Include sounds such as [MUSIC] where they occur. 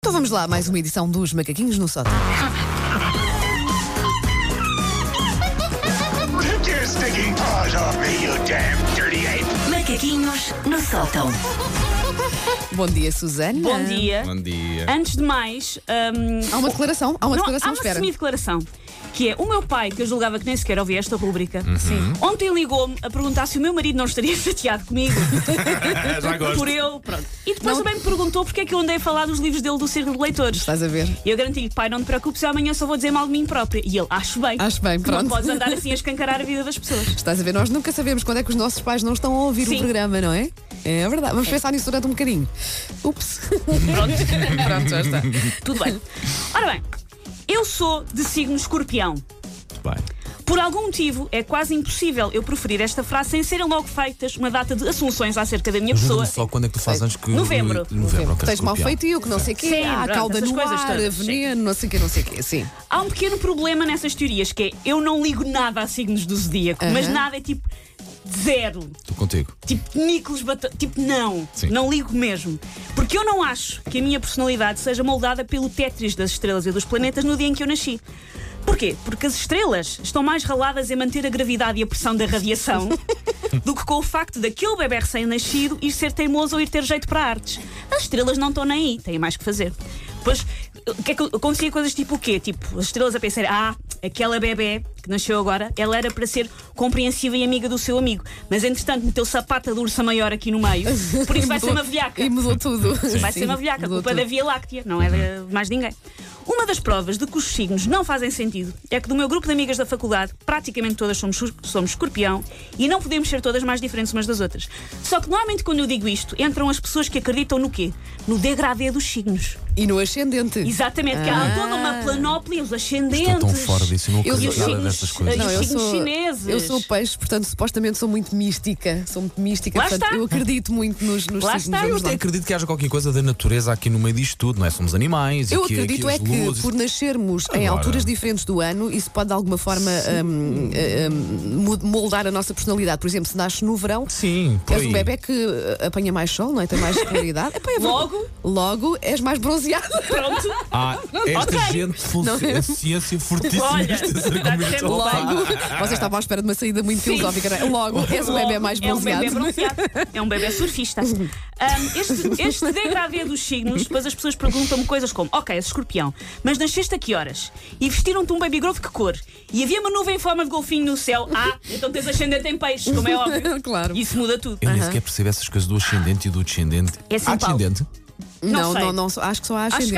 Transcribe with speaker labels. Speaker 1: Então vamos lá, mais uma edição dos Macaquinhos no Sótão.
Speaker 2: Take your stinking paws off me, you damn dirty ape!
Speaker 3: Macaquinhos no sótão.
Speaker 1: Bom dia, Susana.
Speaker 4: Bom dia.
Speaker 5: Bom dia.
Speaker 4: Antes de mais, hum,
Speaker 1: Há uma declaração, há uma
Speaker 4: não,
Speaker 1: declaração,
Speaker 4: há uma
Speaker 1: espera.
Speaker 4: semi-declaração. Que é o meu pai, que eu julgava que nem sequer ouvia esta rúbrica,
Speaker 5: Uhum.
Speaker 4: ontem ligou-me a perguntar se o meu marido não estaria [LAUGHS] chateado comigo.
Speaker 5: [LAUGHS] Já gosto.
Speaker 4: por eu, pronto. E depois
Speaker 1: Não.
Speaker 4: também me perguntou porque é que eu andei a falar dos livros dele do Círculo de Leitores.
Speaker 1: Estás a ver?
Speaker 4: E eu garanti-lhe, pai, não te preocupes, eu amanhã só vou dizer mal de mim própria. E ele, acho bem.
Speaker 1: Acho bem,
Speaker 4: Não
Speaker 1: pronto.
Speaker 4: podes andar assim a escancarar a vida das
Speaker 1: [LAUGHS]
Speaker 4: pessoas.
Speaker 1: Estás a ver? Nós nunca sabemos quando é que os nossos pais não estão a ouvir o
Speaker 4: Sim.
Speaker 1: programa, não é? É verdade. Vamos pensar nisso durante um bocadinho. Ups. [LAUGHS] Pronto. Pronto, já está.
Speaker 4: Tudo bem. Ora bem, eu sou de signo escorpião.
Speaker 5: Bem.
Speaker 4: Por algum motivo, é quase impossível eu proferir esta frase sem serem logo feitas uma data de assunções acerca da minha pessoa.
Speaker 6: Jura-me só quando é que tu fazes anos que.
Speaker 4: Novembro.
Speaker 6: Novembro, ok.
Speaker 1: Tens mal
Speaker 6: Escorpião.
Speaker 1: feito e o que não sei o quê.
Speaker 4: Sim,
Speaker 1: ah,
Speaker 4: pronto,
Speaker 1: calda
Speaker 4: essas
Speaker 1: no
Speaker 4: coisas
Speaker 1: ar,
Speaker 4: todas, sim.
Speaker 1: veneno, não sei o quê, não sei o quê. Sim.
Speaker 4: Há um pequeno problema nessas teorias, que é eu não ligo nada a signos do zodíaco,
Speaker 1: Aham.
Speaker 4: mas nada é tipo zero.
Speaker 6: Estou contigo.
Speaker 4: Tipo Nicolas Bato... Tipo, não.
Speaker 6: Sim.
Speaker 4: Não ligo mesmo. Porque eu não acho que a minha personalidade seja moldada pelo Tetris das estrelas e dos planetas no dia em que eu nasci. Porquê? Porque as estrelas estão mais raladas em manter a gravidade e a pressão da radiação do que com o facto daquele bebê recém-nascido ir ser teimoso ou ir ter jeito para artes. As estrelas não estão nem aí, têm mais que fazer. Pois, o que é que acontecia coisas tipo o quê? Tipo, as estrelas a pensar, ah, aquela bebê que nasceu agora, ela era para ser compreensiva e amiga do seu amigo, mas entretanto meteu sapata de ursa maior aqui no meio, por isso vai ser uma velhaca.
Speaker 1: E mudou tudo.
Speaker 4: Vai
Speaker 1: Sim,
Speaker 4: ser uma velhaca,
Speaker 1: mudou
Speaker 4: culpa é
Speaker 1: tudo.
Speaker 4: da Via Láctea, não é de mais ninguém. Uma das provas de que os signos não fazem sentido é que do meu grupo de amigas da faculdade, praticamente todas somos, su- somos escorpião e não podemos ser todas mais diferentes umas das outras. Só que normalmente quando eu digo isto, entram as pessoas que acreditam no quê? No degradê dos signos.
Speaker 1: E no ascendente.
Speaker 4: Exatamente, que
Speaker 1: Ah.
Speaker 4: há toda uma planóplia, os ascendentes.
Speaker 6: Estou tão fora disso, eu não
Speaker 1: Eu-
Speaker 6: acredito
Speaker 1: eu-
Speaker 6: nada destas
Speaker 4: eu-
Speaker 6: coisas.
Speaker 4: os signos chineses.
Speaker 1: Eu sou peixe, portanto, supostamente sou muito mística. Sou muito mística,
Speaker 4: Lá
Speaker 1: portanto,
Speaker 4: está.
Speaker 1: eu acredito muito nos, nos
Speaker 4: Lá
Speaker 1: signos.
Speaker 4: está.
Speaker 1: vamos
Speaker 6: Eu
Speaker 1: lá.
Speaker 6: até acredito que haja qualquer coisa da natureza aqui no meio disto tudo, não é? Somos animais
Speaker 1: Eu
Speaker 6: e que,
Speaker 1: acredito
Speaker 6: que
Speaker 1: é
Speaker 6: as luzes.
Speaker 1: que por nascermos em
Speaker 6: Agora.
Speaker 1: alturas diferentes do ano, isso pode de alguma forma hum, hum, mu- moldar a nossa personalidade. Por exemplo, se nasce no verão.
Speaker 6: Sim, por
Speaker 1: És
Speaker 6: aí.
Speaker 1: um bebé que uh, apanha mais sol, não é? Tem mais
Speaker 4: [LAUGHS]
Speaker 1: claridade. Epá, é verdade.
Speaker 4: Logo.
Speaker 1: Logo és mais bronzeado. [LAUGHS]
Speaker 4: Pronto.
Speaker 6: Ah, esta
Speaker 4: Ok.
Speaker 6: gente
Speaker 1: Não é?
Speaker 6: funciona. A ciência fortíssima.
Speaker 4: Olha,
Speaker 6: nestes
Speaker 4: está
Speaker 6: argumentos.
Speaker 4: sempre bem.
Speaker 1: Logo. Vocês estavam à espera de uma saída muito
Speaker 4: Sim.
Speaker 1: filosófica, não é? Logo és um bebé mais
Speaker 4: É um
Speaker 1: bronzeado.
Speaker 4: bebê
Speaker 1: [LAUGHS]
Speaker 4: bronzeado. É um bebê surfista. Ahm,
Speaker 1: [LAUGHS]
Speaker 4: este, este degradê dos signos, depois as pessoas perguntam-me coisas como: Ok, és escorpião, mas nasceste a que horas? E vestiram-te um baby grove de que cor? E havia uma nuvem em forma de golfinho no céu. Ah, então tens ascendente em peixe, como é óbvio.
Speaker 1: [LAUGHS] Claro.
Speaker 4: Isso muda tudo.
Speaker 6: Eu nem sequer percebo essas coisas do ascendente e do descendente.
Speaker 4: É assim, Paulo.
Speaker 6: Ascendente?
Speaker 4: não
Speaker 1: Não,
Speaker 4: sei.
Speaker 1: não, não, só- acho que só há
Speaker 4: que
Speaker 1: ascendente.